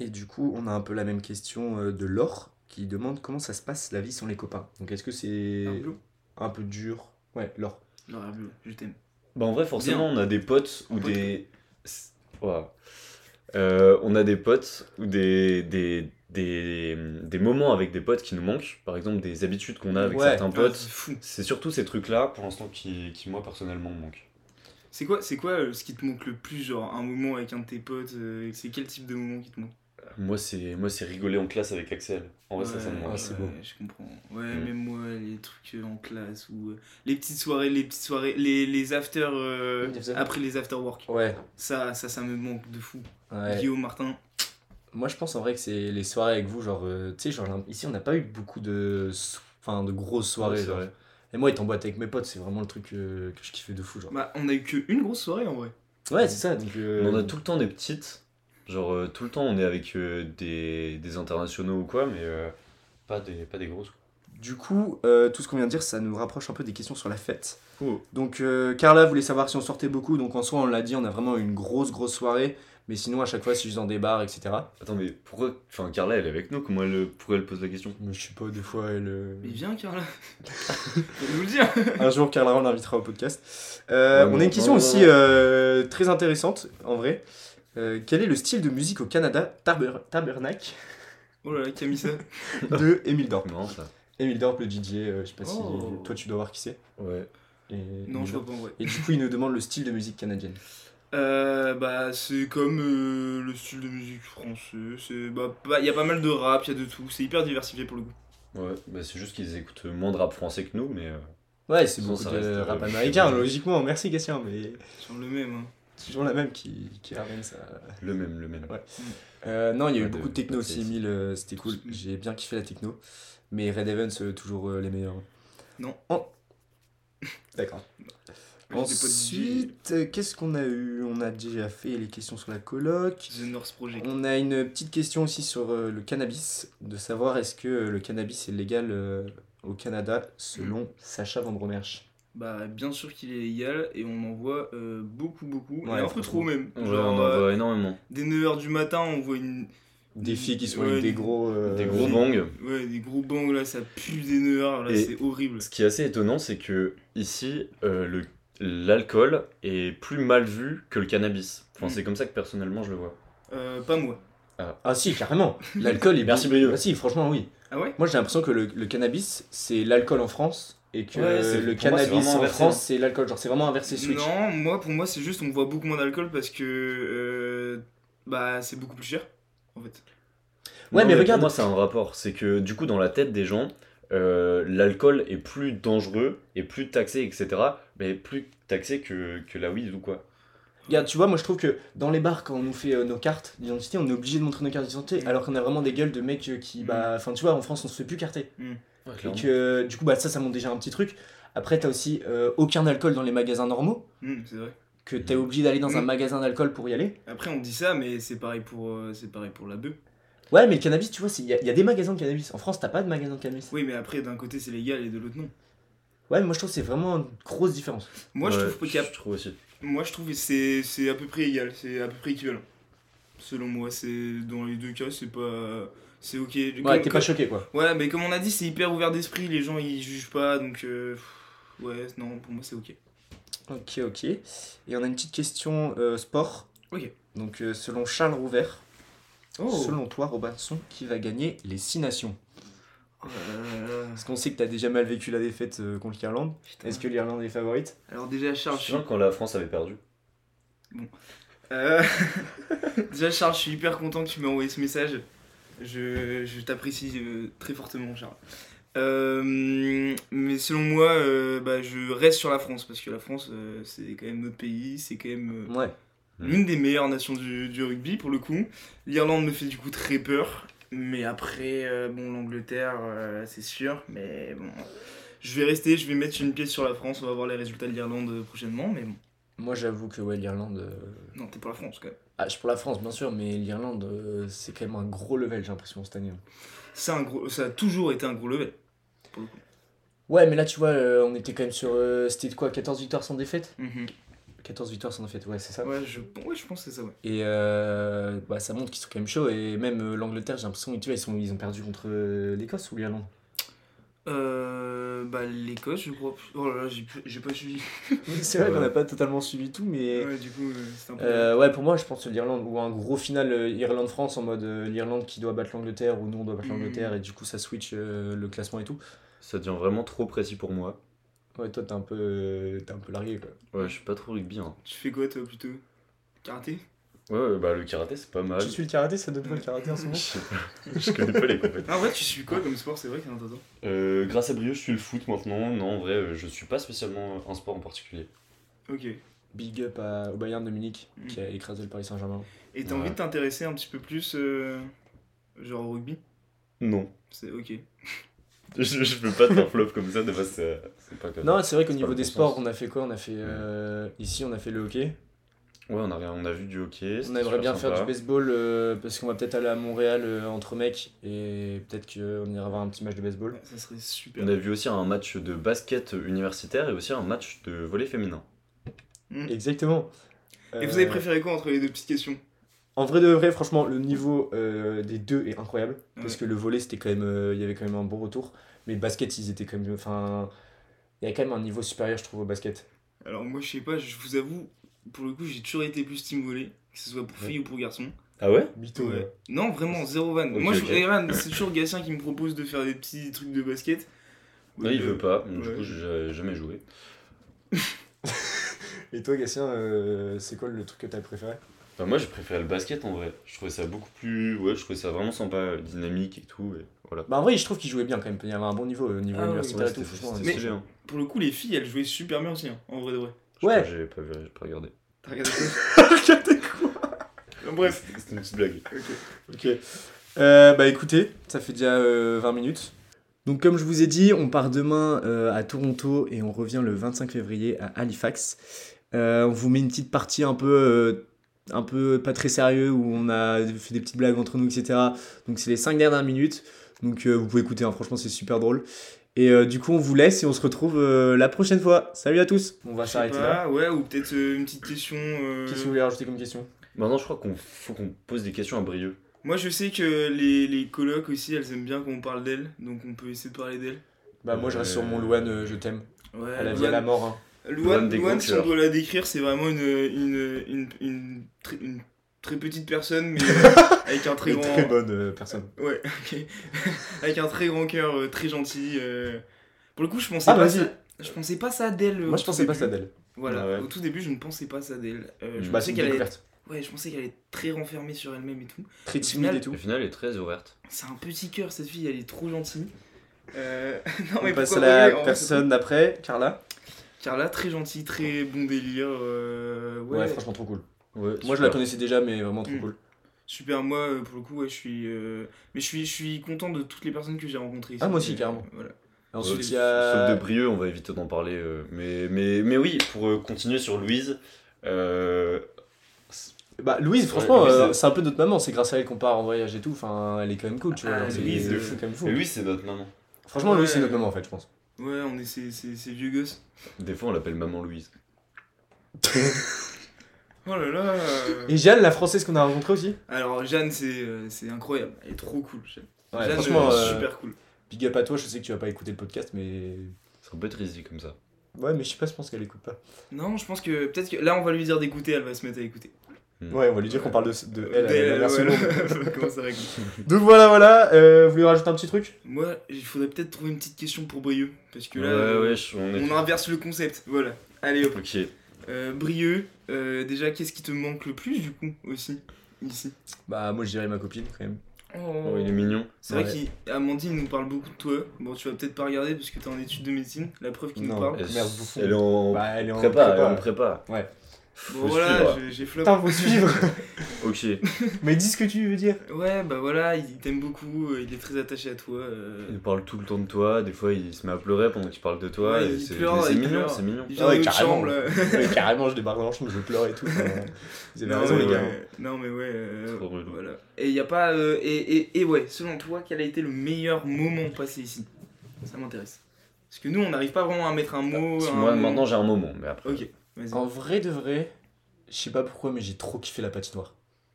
Speaker 2: Et du coup, on a un peu la même question euh, de Laure qui demande comment ça se passe la vie sans les copains. Donc, est-ce que c'est
Speaker 3: Un peu.
Speaker 2: un peu dur Ouais, Laure.
Speaker 3: Non, un peu, je t'aime.
Speaker 4: Bah, en vrai, forcément, on a des potes ou
Speaker 3: Pote.
Speaker 4: des. S- Ouah. Euh, on a des potes ou des, des, des, des moments avec des potes qui nous manquent. Par exemple, des habitudes qu'on a avec
Speaker 2: Ouais.
Speaker 4: certains
Speaker 3: Ah,
Speaker 4: potes.
Speaker 3: c'est fou.
Speaker 4: C'est surtout ces trucs-là, pour l'instant, qui, qui, moi, personnellement, me manquent.
Speaker 3: C'est quoi, c'est quoi euh, ce qui te manque le plus, genre un moment avec un de tes potes euh, C'est quel type de moment qui te manque
Speaker 4: Moi, c'est moi c'est rigoler en classe avec Axel. En vrai, ça, ça me
Speaker 3: Ouais,
Speaker 2: Ah,
Speaker 4: manque.
Speaker 2: c'est beau.
Speaker 3: ouais, Je comprends. Ouais,
Speaker 4: Mm.
Speaker 3: même moi, les trucs euh, en classe ou euh, les petites soirées, les petites soirées, les, les after euh,
Speaker 2: Les after-
Speaker 3: après les after work.
Speaker 2: Ouais.
Speaker 3: Ça, ça, ça me manque de fou.
Speaker 2: ouais.
Speaker 3: Guillaume Martin.
Speaker 2: Moi, je pense en vrai que c'est les soirées avec vous, genre, euh, tu sais, genre, ici, on n'a pas eu beaucoup de, so- enfin, de grosses soirées.
Speaker 4: Ouais, c'est
Speaker 2: genre.
Speaker 4: vrai.
Speaker 2: Et moi, être en boîte avec mes potes, c'est vraiment le truc euh, que je kiffais de fou, genre.
Speaker 3: Bah, on a eu que une grosse soirée en vrai.
Speaker 4: Mm.
Speaker 2: Ouais, c'est ça. Donc, euh,
Speaker 4: Mais on a tout le temps des petites. Genre, euh, tout le temps, on est avec euh, des, des internationaux ou quoi, mais euh, pas, des, pas des grosses. quoi.
Speaker 2: Du coup, euh, tout ce qu'on vient de dire, ça nous rapproche un peu des questions sur la fête.
Speaker 4: Oh.
Speaker 2: Donc, euh, Carla voulait savoir si on sortait beaucoup. Donc, en soi, on l'a dit, on a vraiment une grosse, grosse soirée. Mais sinon, à chaque fois, c'est juste dans des bars, etc.
Speaker 4: Attends, mais pourquoi. Enfin, Carla, elle est avec nous, comment elle, pourquoi elle pose la question
Speaker 2: Mais je sais pas, des fois, elle. euh,
Speaker 4: *laughs*
Speaker 3: Mais viens, Carla. *laughs* Faut nous le hein. dire.
Speaker 2: Un jour, Carla, on l'invitera au podcast. Euh,
Speaker 4: Ouais,
Speaker 2: on a
Speaker 4: mais-
Speaker 2: une question
Speaker 4: ouais,
Speaker 2: aussi
Speaker 4: ouais.
Speaker 2: euh, très intéressante, en vrai. Euh, quel est le style de musique au Canada Taber-
Speaker 4: *laughs*
Speaker 2: Tabernacle
Speaker 3: Oh là là, Camille, ça.
Speaker 4: Mm.
Speaker 2: de Emile Dorp
Speaker 4: C'est marrant ça.
Speaker 2: Emile Dorp, le DJ, euh, je sais pas si.
Speaker 3: Oh.
Speaker 2: Toi, tu dois voir qui c'est.
Speaker 4: Ouais.
Speaker 2: Et-
Speaker 3: Non,
Speaker 2: Émile
Speaker 3: je
Speaker 2: Dorp.
Speaker 3: vois pas en vrai.
Speaker 2: Et du coup, il nous demande le style de musique canadienne.
Speaker 3: Euh, bah, c'est comme euh, le style de musique français. C'est bah, bah, y a pas mal de rap, y a de tout. C'est hyper diversifié pour le coup.
Speaker 4: Ouais, bah, c'est juste qu'ils écoutent moins de rap français que nous, mais. euh,
Speaker 2: Ouais, c'est
Speaker 4: Sinon,
Speaker 2: beaucoup
Speaker 4: ça
Speaker 2: de
Speaker 4: reste, euh,
Speaker 2: rap
Speaker 4: je sais
Speaker 2: américain,
Speaker 4: pas.
Speaker 2: logiquement. Merci, Gatien, *laughs* mais
Speaker 3: Sur le même. Hein.
Speaker 2: c'est toujours la même qui, qui ramène ça.
Speaker 4: le même, le même.
Speaker 2: Ouais. Euh, non, il y a eu
Speaker 4: Ouais,
Speaker 2: beaucoup
Speaker 4: de-
Speaker 2: de techno
Speaker 4: de
Speaker 2: aussi,
Speaker 4: playlist.
Speaker 2: Emile, euh, c'était cool. J'ai bien kiffé la techno. Mais Red Evans, euh, toujours euh, les meilleurs.
Speaker 3: Non.
Speaker 2: En- *laughs* D'accord.
Speaker 3: J'ai des potes DJ,
Speaker 2: Ensuite, euh, qu'est-ce qu'on a eu On a déjà fait les questions sur la coloc.
Speaker 3: The North Project.
Speaker 2: On a une petite question aussi sur euh, le cannabis, de savoir est-ce que euh, le cannabis est légal euh, au Canada selon Sacha Vendromerche.
Speaker 3: Bah bien sûr qu'il est légal et on en voit euh, beaucoup beaucoup.
Speaker 2: Ouais,
Speaker 3: et un
Speaker 2: franchement.
Speaker 3: peu trop même.
Speaker 4: Ouais,
Speaker 3: Genre,
Speaker 4: on en
Speaker 3: euh,
Speaker 4: voit énormément.
Speaker 3: dès 9h du matin on voit une,
Speaker 2: des filles qui sont
Speaker 3: Ouais,
Speaker 2: avec des
Speaker 3: des-
Speaker 2: gros. euh,
Speaker 4: Des gros bangs.
Speaker 3: Ouais, des gros bangs là, ça pue des nerfs, là,
Speaker 4: Et-
Speaker 3: c'est horrible.
Speaker 4: Ce qui est assez étonnant, c'est que ici, euh, le- l'alcool est plus mal vu que le cannabis. Enfin,
Speaker 3: Mm.
Speaker 4: c'est comme ça que personnellement je le vois.
Speaker 3: Euh, pas moi.
Speaker 2: Ah si, carrément. L'alcool est.
Speaker 4: Merci, Brieux.
Speaker 2: Ah si, franchement, oui.
Speaker 3: Ah ouais
Speaker 2: Moi, j'ai l'impression que le, le cannabis, c'est l'alcool en France et que
Speaker 4: Ouais, c'est-
Speaker 2: le
Speaker 4: pour moi, c'est
Speaker 2: cannabis
Speaker 4: vraiment
Speaker 2: en
Speaker 4: inversé,
Speaker 2: France,
Speaker 4: hein.
Speaker 2: c'est l'alcool. Genre, c'est vraiment inversé switch.
Speaker 3: Non, moi pour moi c'est juste on voit beaucoup moins d'alcool parce que euh, bah c'est beaucoup plus cher en fait.
Speaker 2: Ouais, mais
Speaker 4: pour
Speaker 2: regarde.
Speaker 4: Moi, c'est un rapport. C'est que du coup, dans la tête des gens, euh, l'alcool est plus dangereux et plus taxé, etc. Mais plus taxé que, que la weed ou quoi.
Speaker 2: Regarde, tu vois, moi, je trouve que dans les bars, quand on nous fait euh, nos cartes d'identité, on est obligé de montrer nos cartes d'identité,
Speaker 3: Mm.
Speaker 2: alors qu'on a vraiment des gueules de mecs euh, qui,
Speaker 3: Mm.
Speaker 2: bah, enfin, tu vois, en France, on se fait plus carter.
Speaker 4: Clairement.
Speaker 2: Et que, euh, du coup, bah, ça, ça montre déjà un petit truc. Après, t'as aussi euh, aucun alcool dans les magasins normaux,
Speaker 3: Hum, c'est vrai.
Speaker 2: que t'es obligé d'aller dans un
Speaker 3: Mm.
Speaker 2: magasin d'alcool pour y aller.
Speaker 3: Après on dit ça mais c'est pareil pour euh, c'est pareil pour la bœuf.
Speaker 2: Ouais, mais le cannabis, tu vois, il y, a- y a des magasins de cannabis. En France, t'as pas de magasin de cannabis.
Speaker 3: Oui mais après d'un côté c'est légal et de l'autre non.
Speaker 2: Ouais, mais moi, je trouve que c'est vraiment une grosse différence.
Speaker 3: Moi je
Speaker 4: Ouais,
Speaker 3: trouve qu'il y a-
Speaker 4: je trouve aussi.
Speaker 3: moi je trouve que c'est c'est à peu près égal, c'est à peu près équivalent. Selon moi c'est dans les deux cas c'est pas c'est ok.
Speaker 2: Ouais,
Speaker 3: Comme-
Speaker 2: t'es pas choqué, quoi.
Speaker 3: Ouais, mais comme on a dit, c'est hyper ouvert d'esprit, les gens ils jugent pas, donc euh, pff, ouais, non, pour moi c'est ok.
Speaker 2: Ok, ok. Et on a une petite question euh, sport.
Speaker 3: Ok.
Speaker 2: Donc, euh, selon Charles Rouvert, selon toi, Robinson, qui va gagner les 6 nations
Speaker 3: Oh là là là là.
Speaker 2: Parce qu'on sait que t'as déjà mal vécu la défaite euh, contre l'Irlande.
Speaker 3: Putain.
Speaker 2: Est-ce que l'Irlande est favorite
Speaker 3: Alors déjà
Speaker 4: Je me
Speaker 3: Charles, je suis...
Speaker 4: souviens quand la France avait perdu.
Speaker 3: Euh, *laughs* déjà Charles, je suis hyper content que tu m'aies envoyé ce message. Je, je t'apprécie euh, très fortement Charles. Euh, mais selon moi, euh, bah, je reste sur la France parce que la France, euh, c'est quand même notre pays, c'est quand même euh,
Speaker 2: Ouais.
Speaker 4: Mm.
Speaker 3: L'une des meilleures nations du, du rugby pour le coup. L'Irlande me fait du coup très peur. Mais après, euh, bon, l'Angleterre, euh, c'est sûr. Mais bon, je vais rester, je vais mettre une pièce sur la France. On va voir les résultats de l'Irlande euh, prochainement. Mais bon,
Speaker 2: Moi, j'avoue que ouais, l'Irlande. euh,
Speaker 3: non, t'es pour la France quand même.
Speaker 2: Ah, je suis pour la France, bien sûr, mais l'Irlande, euh, c'est quand même un gros level, j'ai l'impression, cette année.
Speaker 3: C'est un gros, ça a toujours été un gros level. Pour le coup.
Speaker 2: Ouais, mais là, tu vois, euh, on était quand même sur. euh, C'était quoi 14 victoires sans défaite
Speaker 3: Mhm.
Speaker 2: 14 victoires sans défaite, ouais, c'est ça.
Speaker 3: ouais, je, ouais, je pense que c'est ça, ouais.
Speaker 2: Et euh, bah, ça montre qu'ils sont quand même chauds. Et même euh, l'Angleterre, j'ai l'impression, tu vois, ils, sont, ils ont perdu contre euh, l'Écosse ou *laughs* l'Irlande
Speaker 3: Euh, bah, l'Écosse, je crois. Oh là là, j'ai plus- j'ai pas suivi.
Speaker 2: C'est vrai
Speaker 4: Ouais.
Speaker 2: qu'on n'a pas totalement suivi tout, mais.
Speaker 3: Ouais, du coup, euh, c'est un peu.
Speaker 2: Euh, ouais, pour moi, je pense que l'Irlande, ou un gros final euh, Irlande-France en mode euh, l'Irlande qui doit battre l'Angleterre, ou nous on doit battre
Speaker 3: Mm.
Speaker 2: l'Angleterre, et du coup ça switch euh, le classement et tout.
Speaker 4: Ça devient vraiment trop précis pour moi.
Speaker 2: Ouais, toi t'es un peu, euh, t'es un peu largué quoi.
Speaker 4: Ouais, je suis pas trop rugby. Hein.
Speaker 3: Tu fais quoi toi plutôt Karaté
Speaker 4: Ouais, ouais, bah le karaté c'est pas mal.
Speaker 2: Tu suis le karaté, ça donne quoi le karaté en ce
Speaker 4: Je
Speaker 2: moment
Speaker 4: sais pas. *laughs* Je connais pas les compétences.
Speaker 3: Ah ouais, tu suis quoi comme sport C'est vrai que c'est intéressant.
Speaker 4: Euh, grâce à Brio, je suis le foot maintenant. Non, en vrai, euh, je suis pas spécialement un sport en particulier.
Speaker 3: Ok.
Speaker 2: *laughs* Big up à- au Bayern de Munich
Speaker 3: Mm.
Speaker 2: qui a écrasé le Paris Saint-Germain.
Speaker 3: Et t'as
Speaker 4: Ouais.
Speaker 3: envie de t'intéresser un petit peu plus, euh, genre au rugby
Speaker 4: Non.
Speaker 3: C'est ok.
Speaker 4: *laughs* Je, je peux pas faire flop comme ça, de base, c'est c'est pas comme
Speaker 2: Non, c'est vrai qu'au
Speaker 4: Mm. C'est
Speaker 2: niveau
Speaker 4: pas
Speaker 2: des
Speaker 4: bon
Speaker 2: sports,
Speaker 4: sens. Mm.
Speaker 2: on a fait quoi On a fait. euh, Ici, on a fait le hockey.
Speaker 4: Ouais, on a, rien- on a vu du hockey.
Speaker 2: On
Speaker 4: c'était
Speaker 2: aimerait
Speaker 4: super
Speaker 2: bien faire
Speaker 4: sympa.
Speaker 2: du baseball euh, parce qu'on va peut-être aller à Montréal euh, entre mecs et peut-être qu'on ira voir un petit match de baseball.
Speaker 3: Ouais, ça serait super.
Speaker 4: On a vu aussi un match de basket universitaire et aussi un match de volley féminin.
Speaker 3: Mm.
Speaker 2: Exactement.
Speaker 3: Et vous avez
Speaker 2: Euh,
Speaker 3: préféré quoi entre les deux petites questions
Speaker 2: En vrai de vrai, franchement, le niveau euh, des deux est incroyable. Parce
Speaker 3: Ouais.
Speaker 2: que le volet, c'était quand même. euh, Il y avait quand même un bon retour. Mais le basket, ils étaient quand même. Enfin. Il y a quand même un niveau supérieur, je trouve, au basket.
Speaker 3: Alors moi, je sais pas, je vous avoue, pour le coup, j'ai toujours été plus team volley, que ce soit pour
Speaker 4: Ouais.
Speaker 3: filles ou pour garçons.
Speaker 4: Ah ouais
Speaker 2: Mytho, euh.
Speaker 3: Ouais. Non, vraiment, zéro van.
Speaker 4: Ok,
Speaker 3: moi, je
Speaker 4: ok.
Speaker 3: eh, man, c'est toujours Gatien qui me propose de faire des petits trucs de basket.
Speaker 4: Non, il
Speaker 3: Euh,
Speaker 4: veut pas, donc du
Speaker 3: ouais.
Speaker 4: coup, j'ai jamais joué.
Speaker 2: Et toi, Gatien, euh, c'est quoi le truc que t'as préféré
Speaker 4: Bah, moi, j'ai préféré le basket en vrai. Je trouvais ça beaucoup plus. Ouais, je trouvais ça vraiment sympa, euh, dynamique et tout. Et voilà.
Speaker 2: Bah, en vrai, je trouve qu'il jouait bien quand même. Il y avait un bon niveau euh, au niveau
Speaker 3: Ah oui,
Speaker 2: universitaire
Speaker 4: Ouais,
Speaker 2: et tout,
Speaker 4: c'était
Speaker 2: franchement.
Speaker 4: c'était
Speaker 3: Mais-
Speaker 4: stylé, hein.
Speaker 3: Pour le coup, les filles, elles jouaient super bien aussi, hein, en vrai de vrai.
Speaker 4: Je crois
Speaker 2: Ouais.
Speaker 4: que J'ai pas, vu- j'ai pas regardé.
Speaker 3: T'as regardé
Speaker 4: *laughs*
Speaker 3: quoi
Speaker 2: Regardez quoi
Speaker 3: Euh, Bref.
Speaker 4: C'était c'était une petite blague.
Speaker 3: Ok.
Speaker 2: Ok. Euh, bah, écoutez, ça fait déjà euh, 20 minutes. Donc, comme je vous ai dit, on part demain euh, à Toronto et on revient le 25 février à Halifax. Euh, on vous met une petite partie un peu, euh, un peu pas très sérieux où on a fait des petites blagues entre nous, etc. Donc c'est les 5 dernières minutes. Donc euh, vous pouvez écouter, hein, franchement c'est super drôle. Et euh, du coup on vous laisse et on se retrouve euh, la prochaine fois. Salut à tous. On va
Speaker 3: Je sais
Speaker 2: s'arrêter
Speaker 3: pas,
Speaker 2: là.
Speaker 3: Ouais, ou peut-être euh, une petite question. euh,
Speaker 2: Qu'est-ce que vous voulez rajouter comme question
Speaker 4: Maintenant, je crois qu'on faut qu'on pose des questions à Brieux.
Speaker 3: Moi, je sais que les, les colocs aussi, elles aiment bien quand on parle d'elles, donc on peut essayer de parler d'elles.
Speaker 2: Bah, moi, je reste sur mon Louane, euh, je t'aime.
Speaker 3: Ouais,
Speaker 2: À la vie, à la
Speaker 3: Louane,
Speaker 2: mort. hein.
Speaker 4: Louane
Speaker 3: Louane,
Speaker 4: des
Speaker 3: Louane, si on
Speaker 4: conquéreurs.
Speaker 3: doit la décrire, c'est vraiment une, une, une, une très- une très petite personne,
Speaker 2: *laughs*
Speaker 3: mais euh, avec un très
Speaker 2: Une
Speaker 3: grand.
Speaker 2: très bonne euh, personne.
Speaker 3: Ouais, ok. avec un très grand cœur, euh, très gentil. euh. Pour le coup, je pensais
Speaker 2: Ah,
Speaker 3: pas
Speaker 2: vas-y.
Speaker 3: ça. Je pensais pas ça d'elle. euh,
Speaker 2: Moi, je pensais pas ça d'elle.
Speaker 3: Voilà,
Speaker 4: Ah ouais.
Speaker 3: au tout début, je ne pensais pas ça d'elle. Euh, je
Speaker 4: Mm.
Speaker 2: Bah, c'est
Speaker 3: pensais
Speaker 2: une
Speaker 3: qu'elle allait...
Speaker 2: découverte.
Speaker 3: ouais, je pensais qu'elle allait être très renfermée sur elle-même et tout.
Speaker 2: Très
Speaker 3: Au
Speaker 2: timide et
Speaker 3: final,
Speaker 2: tout.
Speaker 4: Au final, elle est très ouverte.
Speaker 3: C'est un petit cœur, cette fille, elle est trop gentille. Euh, *laughs* non,
Speaker 2: On passe à
Speaker 3: pourquoi
Speaker 2: la
Speaker 3: rigoler, en vrai,
Speaker 2: personne d'après, Carla.
Speaker 3: c'est- Carla, très gentille, très bon délire. euh,
Speaker 2: Ouais,
Speaker 3: ouais,
Speaker 2: franchement, trop cool.
Speaker 4: Ouais,
Speaker 2: Moi, je la connaissais déjà, mais vraiment trop
Speaker 3: Mm.
Speaker 2: cool.
Speaker 3: super. Moi, euh, pour le coup, ouais, je suis. euh, Mais je suis, je suis content de toutes les personnes que j'ai rencontrées.
Speaker 2: Ah, moi
Speaker 3: C'est-
Speaker 2: aussi, carrément.
Speaker 3: Voilà.
Speaker 2: Ensuite, il y
Speaker 4: Sauf
Speaker 2: a.
Speaker 4: de Brieux, on va éviter d'en parler. euh, mais, mais, mais oui, pour euh, continuer sur Louise, euh,
Speaker 2: Bah, Louise, franchement,
Speaker 4: Louise,
Speaker 2: euh,
Speaker 4: euh,
Speaker 2: c'est un peu notre maman. C'est grâce à elle qu'on part en voyage et tout. Enfin, elle est quand même cool, tu vois.
Speaker 3: Ah,
Speaker 2: genre, c'est-
Speaker 3: Louise,
Speaker 2: c'est
Speaker 3: euh,
Speaker 2: fou, quand même fou.
Speaker 4: et Louise, c'est notre maman.
Speaker 2: Franchement, Louise, c'est
Speaker 3: Ouais.
Speaker 2: notre maman, en fait, je pense.
Speaker 3: Ouais, on est ces, ces, ces vieux gosses.
Speaker 4: Des fois, on l'appelle Maman Louise.
Speaker 3: Oh là là. euh.
Speaker 2: Et Jeanne, la française qu'on a rencontrée aussi.
Speaker 3: Alors, Jeanne, c'est euh, c'est incroyable. Elle est trop cool. Jeanne,
Speaker 2: Ouais,
Speaker 3: Jeanne,
Speaker 2: franchement,
Speaker 3: euh,
Speaker 2: euh,
Speaker 3: super cool.
Speaker 2: big up à toi. Je sais que tu vas pas écouter le podcast, mais.
Speaker 4: C'est un peu risqué comme ça.
Speaker 2: Ouais, mais je sais pas, je pense qu'elle écoute pas.
Speaker 3: Non, je pense que peut-être que là, on va lui dire d'écouter, elle va se mettre à écouter.
Speaker 2: Ouais, on va lui dire qu'on parle de, de Euh, elle, elle,
Speaker 3: Dès-
Speaker 2: elle a l'air
Speaker 3: ouais,
Speaker 2: seconde.
Speaker 3: *laughs* elle commence à régler.
Speaker 2: *laughs* Donc voilà, voilà. euh, vous voulez rajouter un petit truc
Speaker 3: Moi, il faudrait peut-être trouver une petite question pour Brieux. Parce que là,
Speaker 4: ouais, ouais, je- on est.
Speaker 3: on inverse le concept. Voilà. Allez hop.
Speaker 4: Ok.
Speaker 3: Euh, Brieux, euh, déjà, qu'est-ce qui te manque le plus du coup aussi Ici.
Speaker 2: Bah, moi je dirais ma copine quand même.
Speaker 4: Oh, il est mignon.
Speaker 3: C'est vrai
Speaker 2: Ouais.
Speaker 3: qu'Amandine nous parle beaucoup de toi. Bon, tu vas peut-être pas regarder parce que t'es en études de médecine. La preuve qu'il nous
Speaker 2: Non.
Speaker 3: parle.
Speaker 4: Elle,
Speaker 2: oh, Merde, bouffon.
Speaker 4: elle est en
Speaker 2: Bah, elle est en
Speaker 4: prépa. Elle est
Speaker 2: prépa.
Speaker 4: en prépa.
Speaker 2: Ouais.
Speaker 4: Faut
Speaker 3: Bon, voilà,
Speaker 4: suivre.
Speaker 3: j'ai- j'ai flop.
Speaker 2: Putain, faut suivre *laughs*
Speaker 4: Ok.
Speaker 2: Mais dis ce que tu veux dire.
Speaker 3: Ouais, bah voilà, il t'aime beaucoup, euh, il est très attaché à toi. euh,
Speaker 4: Il parle tout le temps de toi. Des fois, il se met à pleurer pendant qu'il parle de toi.
Speaker 3: Ouais,
Speaker 4: et
Speaker 3: il
Speaker 4: c'est
Speaker 3: pleure,
Speaker 4: mais c'est
Speaker 3: il
Speaker 4: mignon,
Speaker 3: pleure.
Speaker 4: c'est mignon.
Speaker 3: Il vient
Speaker 2: Ah ouais,
Speaker 3: de notre
Speaker 2: carrément.
Speaker 3: chambre. là.
Speaker 2: Ouais, carrément, je débarque dans la chambre, je pleure et tout. enfin,
Speaker 3: *laughs*
Speaker 2: vous avez
Speaker 3: Non,
Speaker 2: raison,
Speaker 3: mais,
Speaker 2: les gars.
Speaker 3: euh, non, mais ouais. euh,
Speaker 4: Trop relou.
Speaker 3: voilà. Et y a pas. euh, et, et, et ouais, selon toi, quel a été le meilleur moment passé ici Ça m'intéresse. Parce que nous, on n'arrive pas vraiment à mettre un mot.
Speaker 4: Parce
Speaker 3: un
Speaker 4: que Moi,
Speaker 3: moment.
Speaker 4: maintenant, j'ai un moment. Mais après.
Speaker 3: Ok, vas-y.
Speaker 2: En vrai de vrai, je sais pas pourquoi, mais j'ai trop kiffé la patinoire.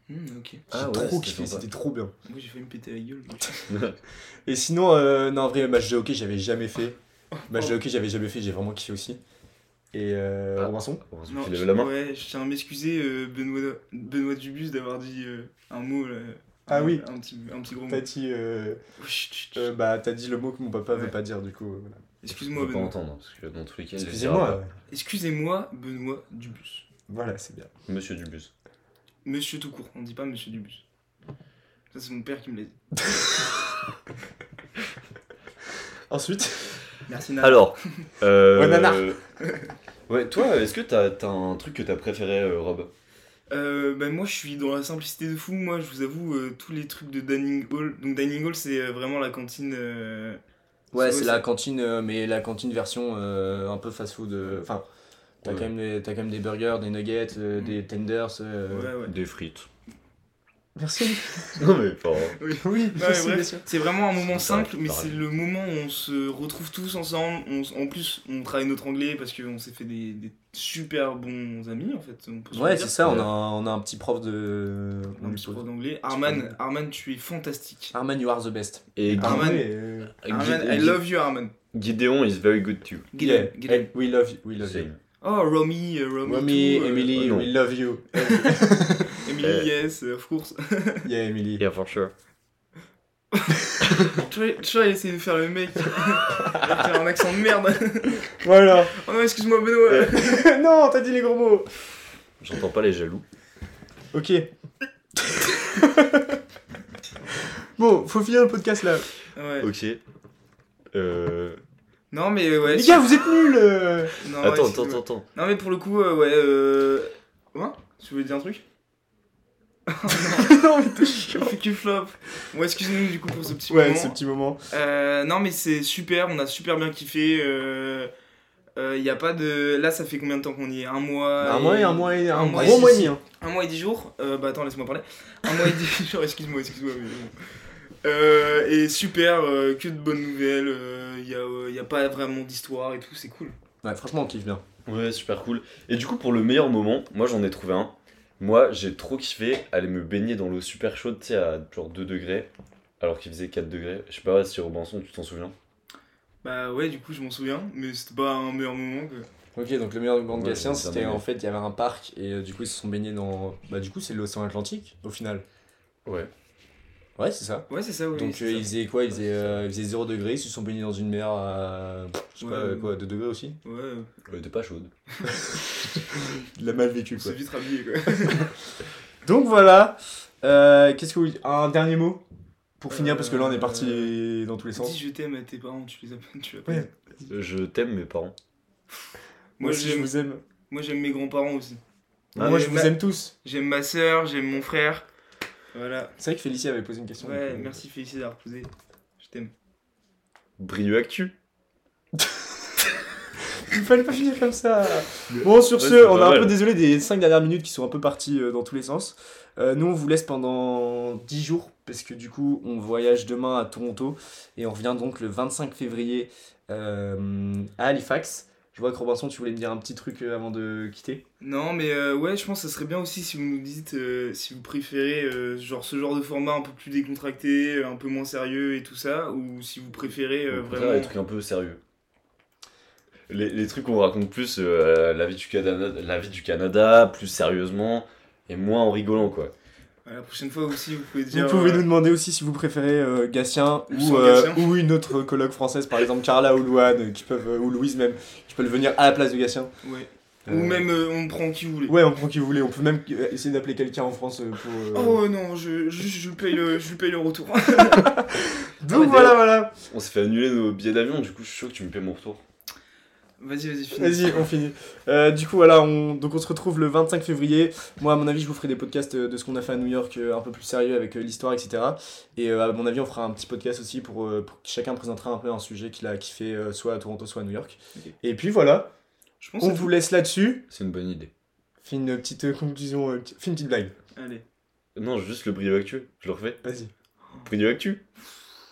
Speaker 3: Hmm, ok.
Speaker 2: J'ai
Speaker 4: Ah ouais,
Speaker 2: trop
Speaker 4: c'était
Speaker 2: kiffé,
Speaker 4: sympa.
Speaker 2: c'était trop bien.
Speaker 3: Moi, j'ai failli me péter la gueule.
Speaker 2: Et sinon, euh, non, en vrai, match de hockey, j'avais jamais fait. Match de hockey, j'avais jamais fait, j'ai vraiment kiffé aussi. Et euh,
Speaker 4: Ah.
Speaker 2: Robinson
Speaker 4: Heureusement
Speaker 3: Non,
Speaker 4: qu'il lève la main.
Speaker 3: ouais, je tiens à m'excuser, euh, Benoît, Benoît Dubus, d'avoir dit euh, un mot là.
Speaker 2: Ah
Speaker 3: un,
Speaker 2: oui.
Speaker 3: Un petit, un petit gros mot. Oh,
Speaker 2: T'as dit, euh,
Speaker 3: Chut, chut, chut.
Speaker 2: euh, bah, t'as dit le mot que mon papa veut
Speaker 3: Ouais.
Speaker 2: pas dire, du coup. euh, voilà.
Speaker 3: Excuse-moi,
Speaker 4: Je peux pas
Speaker 3: Benoît.
Speaker 4: entendre. Parce que dans tous les cas, il le dira
Speaker 2: Excusez-moi.
Speaker 4: pas.
Speaker 3: Excusez-moi, Benoît Dubus.
Speaker 2: Voilà, c'est bien.
Speaker 4: Monsieur Dubus.
Speaker 2: *laughs*
Speaker 3: Monsieur tout court, on dit pas Monsieur Dubus. Ça, c'est mon père qui me l'a dit.
Speaker 2: Ensuite,
Speaker 3: Merci, Nana.
Speaker 4: Alors, *laughs* euh,
Speaker 2: Ouais, nanar.
Speaker 4: *laughs* ouais, toi, est-ce que t'as t'as un truc que t'as préféré, euh, Rob
Speaker 3: Euh, bah, moi je suis dans la simplicité de fou, moi je vous avoue euh, tous les trucs de Dining Hall. Donc Dining Hall c'est euh, vraiment la cantine... euh,
Speaker 2: ouais, c'est
Speaker 3: ouais,
Speaker 2: la cantine, euh, mais la cantine version euh, un peu fast-food. euh, Enfin, t'as
Speaker 4: Ouais.
Speaker 2: quand même des- t'as quand même des burgers, des nuggets, euh,
Speaker 3: Mm.
Speaker 2: des tenders. euh,
Speaker 3: Ouais ouais.
Speaker 4: Des frites.
Speaker 3: *laughs*
Speaker 2: Merci.
Speaker 4: *laughs* non mais pas.
Speaker 2: Oui,
Speaker 3: bah Ouais,
Speaker 2: merci,
Speaker 3: bref,
Speaker 2: bien sûr.
Speaker 3: c'est vraiment un moment
Speaker 4: C'est pareil,
Speaker 3: simple, mais
Speaker 4: pareil.
Speaker 3: c'est le moment où on se retrouve tous ensemble. On s- en plus, on travaille notre anglais parce qu'on s'est fait des, des super bons amis en fait. On peut se
Speaker 2: Ouais,
Speaker 3: le
Speaker 2: c'est
Speaker 3: dire. Euh,
Speaker 2: ça, on a, un, on a un petit prof de.
Speaker 3: Un petit prof d'anglais. Arman, Arman, tu es fantastique.
Speaker 2: Arman, you are the best.
Speaker 4: Et
Speaker 3: Ah, Arman.
Speaker 2: Ouais, euh,
Speaker 3: Arman, I love you, Arman.
Speaker 4: Gideon is very good too.
Speaker 3: Get
Speaker 2: yeah,
Speaker 3: him, get him.
Speaker 2: hey, We love you. We love you.
Speaker 4: Same.
Speaker 3: Oh, Romy, euh, Romy,
Speaker 2: Mommy,
Speaker 3: too, euh,
Speaker 2: Emily,
Speaker 4: non.
Speaker 2: we love
Speaker 3: *laughs*
Speaker 2: you.
Speaker 3: Emily, yes, uh, of course. *laughs*
Speaker 2: Yeah, Emily.
Speaker 4: Yeah, for sure.
Speaker 3: Tu vois, tu vois, il essaie de faire le mec. *laughs* Il a fait un accent de merde. *laughs*
Speaker 2: Voilà. *laughs*
Speaker 3: Oh non, excuse-moi, Benoît.
Speaker 2: non, t'as dit les gros mots.
Speaker 4: J'entends pas les jaloux.
Speaker 2: Ok.
Speaker 3: *laughs*
Speaker 2: bon, faut finir le podcast là.
Speaker 3: Ouais.
Speaker 4: Ok. Euh...
Speaker 3: Non, mais euh, ouais.
Speaker 2: les
Speaker 3: je-
Speaker 2: gars, vous êtes nuls. euh.
Speaker 3: Non, ouais,
Speaker 4: attends, attends,
Speaker 3: excuse-moi.
Speaker 4: attends, attends.
Speaker 3: Non, mais pour le coup, euh, ouais. Euh... Ouais Tu voulais dire un truc
Speaker 2: non, mais t'es chiant.
Speaker 3: Il fait que flop. Bon, excuse-nous du coup pour ce petit
Speaker 2: Ouais,
Speaker 3: moment.
Speaker 2: ce petit moment.
Speaker 3: Euh, non, mais c'est super, on a super bien kiffé. Euh... euh, y a pas de. Là, ça fait combien de temps qu'on y est Un mois
Speaker 2: un mois et un mois et un,
Speaker 3: un mois et
Speaker 2: gros
Speaker 3: six-
Speaker 2: mois et demi. hein.
Speaker 3: Un mois et dix jours Euh, Bah attends, laisse-moi parler. Un mois et dix *laughs* jours, excuse-moi, excuse-moi. mais bon. Euh, et super, euh, que de bonnes nouvelles. Il n'y a, euh, y a pas vraiment d'histoire et tout, c'est cool.
Speaker 2: Ouais, franchement, on kiffe bien.
Speaker 4: Ouais, super cool. Et du coup, pour le meilleur moment, moi j'en ai trouvé un. Moi, j'ai trop kiffé aller me baigner dans l'eau super chaude, tu sais, à genre 2 degrés, alors qu'il faisait 4 degrés. Je sais pas si Robinson, tu t'en souviens
Speaker 3: Bah ouais, du coup, je m'en souviens, mais c'était pas un meilleur moment que.
Speaker 2: Ok, donc le meilleur moment de
Speaker 4: Ouais,
Speaker 2: Gatien,
Speaker 4: c'est un
Speaker 2: c'était
Speaker 4: meilleur.
Speaker 2: en fait, il y avait un parc et euh, du coup, ils se sont baignés dans. Bah, du coup, c'est l'océan Atlantique au final.
Speaker 4: Ouais.
Speaker 2: Ouais, c'est ça.
Speaker 3: Ouais, c'est ça, ouais.
Speaker 2: Donc,
Speaker 3: c'est
Speaker 2: euh,
Speaker 3: ça.
Speaker 2: ils faisaient quoi ils faisaient, euh, ils faisaient 0 degré, ils se sont baignés dans une mer à. Je sais pas,
Speaker 3: Ouais.
Speaker 2: quoi, 2 degrés aussi
Speaker 3: Ouais, euh,
Speaker 4: Elle était pas chaude.
Speaker 2: Il a mal vécu,
Speaker 3: c'est vite rhabillé, quoi.
Speaker 2: *laughs* Donc voilà. Euh, Qu'est-ce que vous. Un dernier mot Pour finir, parce que là, on est parti dans tous les sens.
Speaker 3: Dis je t'aime à tes parents, tu les appelles, tu
Speaker 2: Ouais.
Speaker 3: appelles.
Speaker 4: Euh, Je t'aime, mes parents.
Speaker 3: Moi,
Speaker 2: aussi,
Speaker 3: j'aime-
Speaker 2: vous aime.
Speaker 3: Moi, j'aime mes grands-parents aussi.
Speaker 4: Ah,
Speaker 2: Moi,
Speaker 3: mais
Speaker 2: je vous
Speaker 3: ma-
Speaker 2: aime tous.
Speaker 3: J'aime ma soeur, j'aime mon frère. Voilà.
Speaker 2: C'est vrai que Félicie avait posé une question.
Speaker 3: Ouais,
Speaker 2: donc, euh,
Speaker 3: merci Félicie d'avoir posé. Je t'aime.
Speaker 4: Brieux Actu.
Speaker 2: Il fallait pas finir comme ça. Bon, sur
Speaker 4: Ouais,
Speaker 2: ce,
Speaker 4: c'est
Speaker 2: on est
Speaker 4: pas
Speaker 2: un
Speaker 4: mal.
Speaker 2: peu désolé des 5 dernières minutes qui sont un peu parties euh, dans tous les sens. Euh, nous, on vous laisse pendant 10 jours parce que du coup, on voyage demain à Toronto et on revient donc le 25 février euh, à Halifax. Je vois que Robinson, tu voulais me dire un petit truc euh, avant de quitter.
Speaker 3: Non, mais euh, ouais, je pense que ça serait bien aussi si vous nous dites euh, si vous préférez euh, genre ce genre de format un peu plus décontracté, euh, un peu moins sérieux et tout ça, ou si vous préférez euh,
Speaker 4: Au contraire,
Speaker 3: vraiment.
Speaker 4: les trucs un peu sérieux. Les, les trucs qu'on raconte plus, euh, la, vie du Canada, la vie du Canada, plus sérieusement, et moins en rigolant, quoi.
Speaker 3: À la prochaine fois aussi, vous pouvez
Speaker 2: Vous
Speaker 3: dire.
Speaker 2: pouvez
Speaker 3: euh,
Speaker 2: nous demander aussi si vous préférez euh, Gatien
Speaker 3: Ou
Speaker 2: ou,
Speaker 3: sans
Speaker 2: euh,
Speaker 3: Gatien.
Speaker 2: ou une autre colloque française, par exemple Carla ou Louane, euh, qui peuvent, euh, ou Louise même, qui peuvent venir à la place de Gatien.
Speaker 3: ouais.
Speaker 4: Euh,
Speaker 3: Ou même euh, on prend qui vous voulez.
Speaker 2: Ouais, on prend qui vous voulez. On peut même euh, essayer d'appeler quelqu'un en France euh, pour. euh,
Speaker 3: Oh non, je, je, je paye le, je lui paye le retour. *laughs*
Speaker 4: Ah,
Speaker 2: Donc
Speaker 4: mais
Speaker 2: voilà, voilà.
Speaker 4: On s'est fait annuler nos billets d'avion, du coup, je suis chaud que tu me paies mon retour.
Speaker 3: vas-y, vas-y, finis.
Speaker 2: Vas-y, on finit. Euh, du coup, voilà, on... donc on se retrouve le 25 février. Moi, à mon avis, je vous ferai des podcasts euh, de ce qu'on a fait à New York euh, un peu plus sérieux avec euh, l'histoire, etc. Et euh, à mon avis, on fera un petit podcast aussi pour, euh, pour que chacun présentera un peu un sujet qu'il a kiffé euh, soit à Toronto, soit à New York.
Speaker 3: Ok.
Speaker 2: Et puis voilà,
Speaker 3: Je pense
Speaker 2: on
Speaker 3: que-
Speaker 2: vous laisse là-dessus.
Speaker 4: C'est une bonne idée.
Speaker 2: Fais une petite euh, conclusion, euh, fais une petite blague.
Speaker 3: Allez.
Speaker 4: Non, juste le Brieux Actu, je le refais.
Speaker 2: Vas-y.
Speaker 4: Brieux Actu.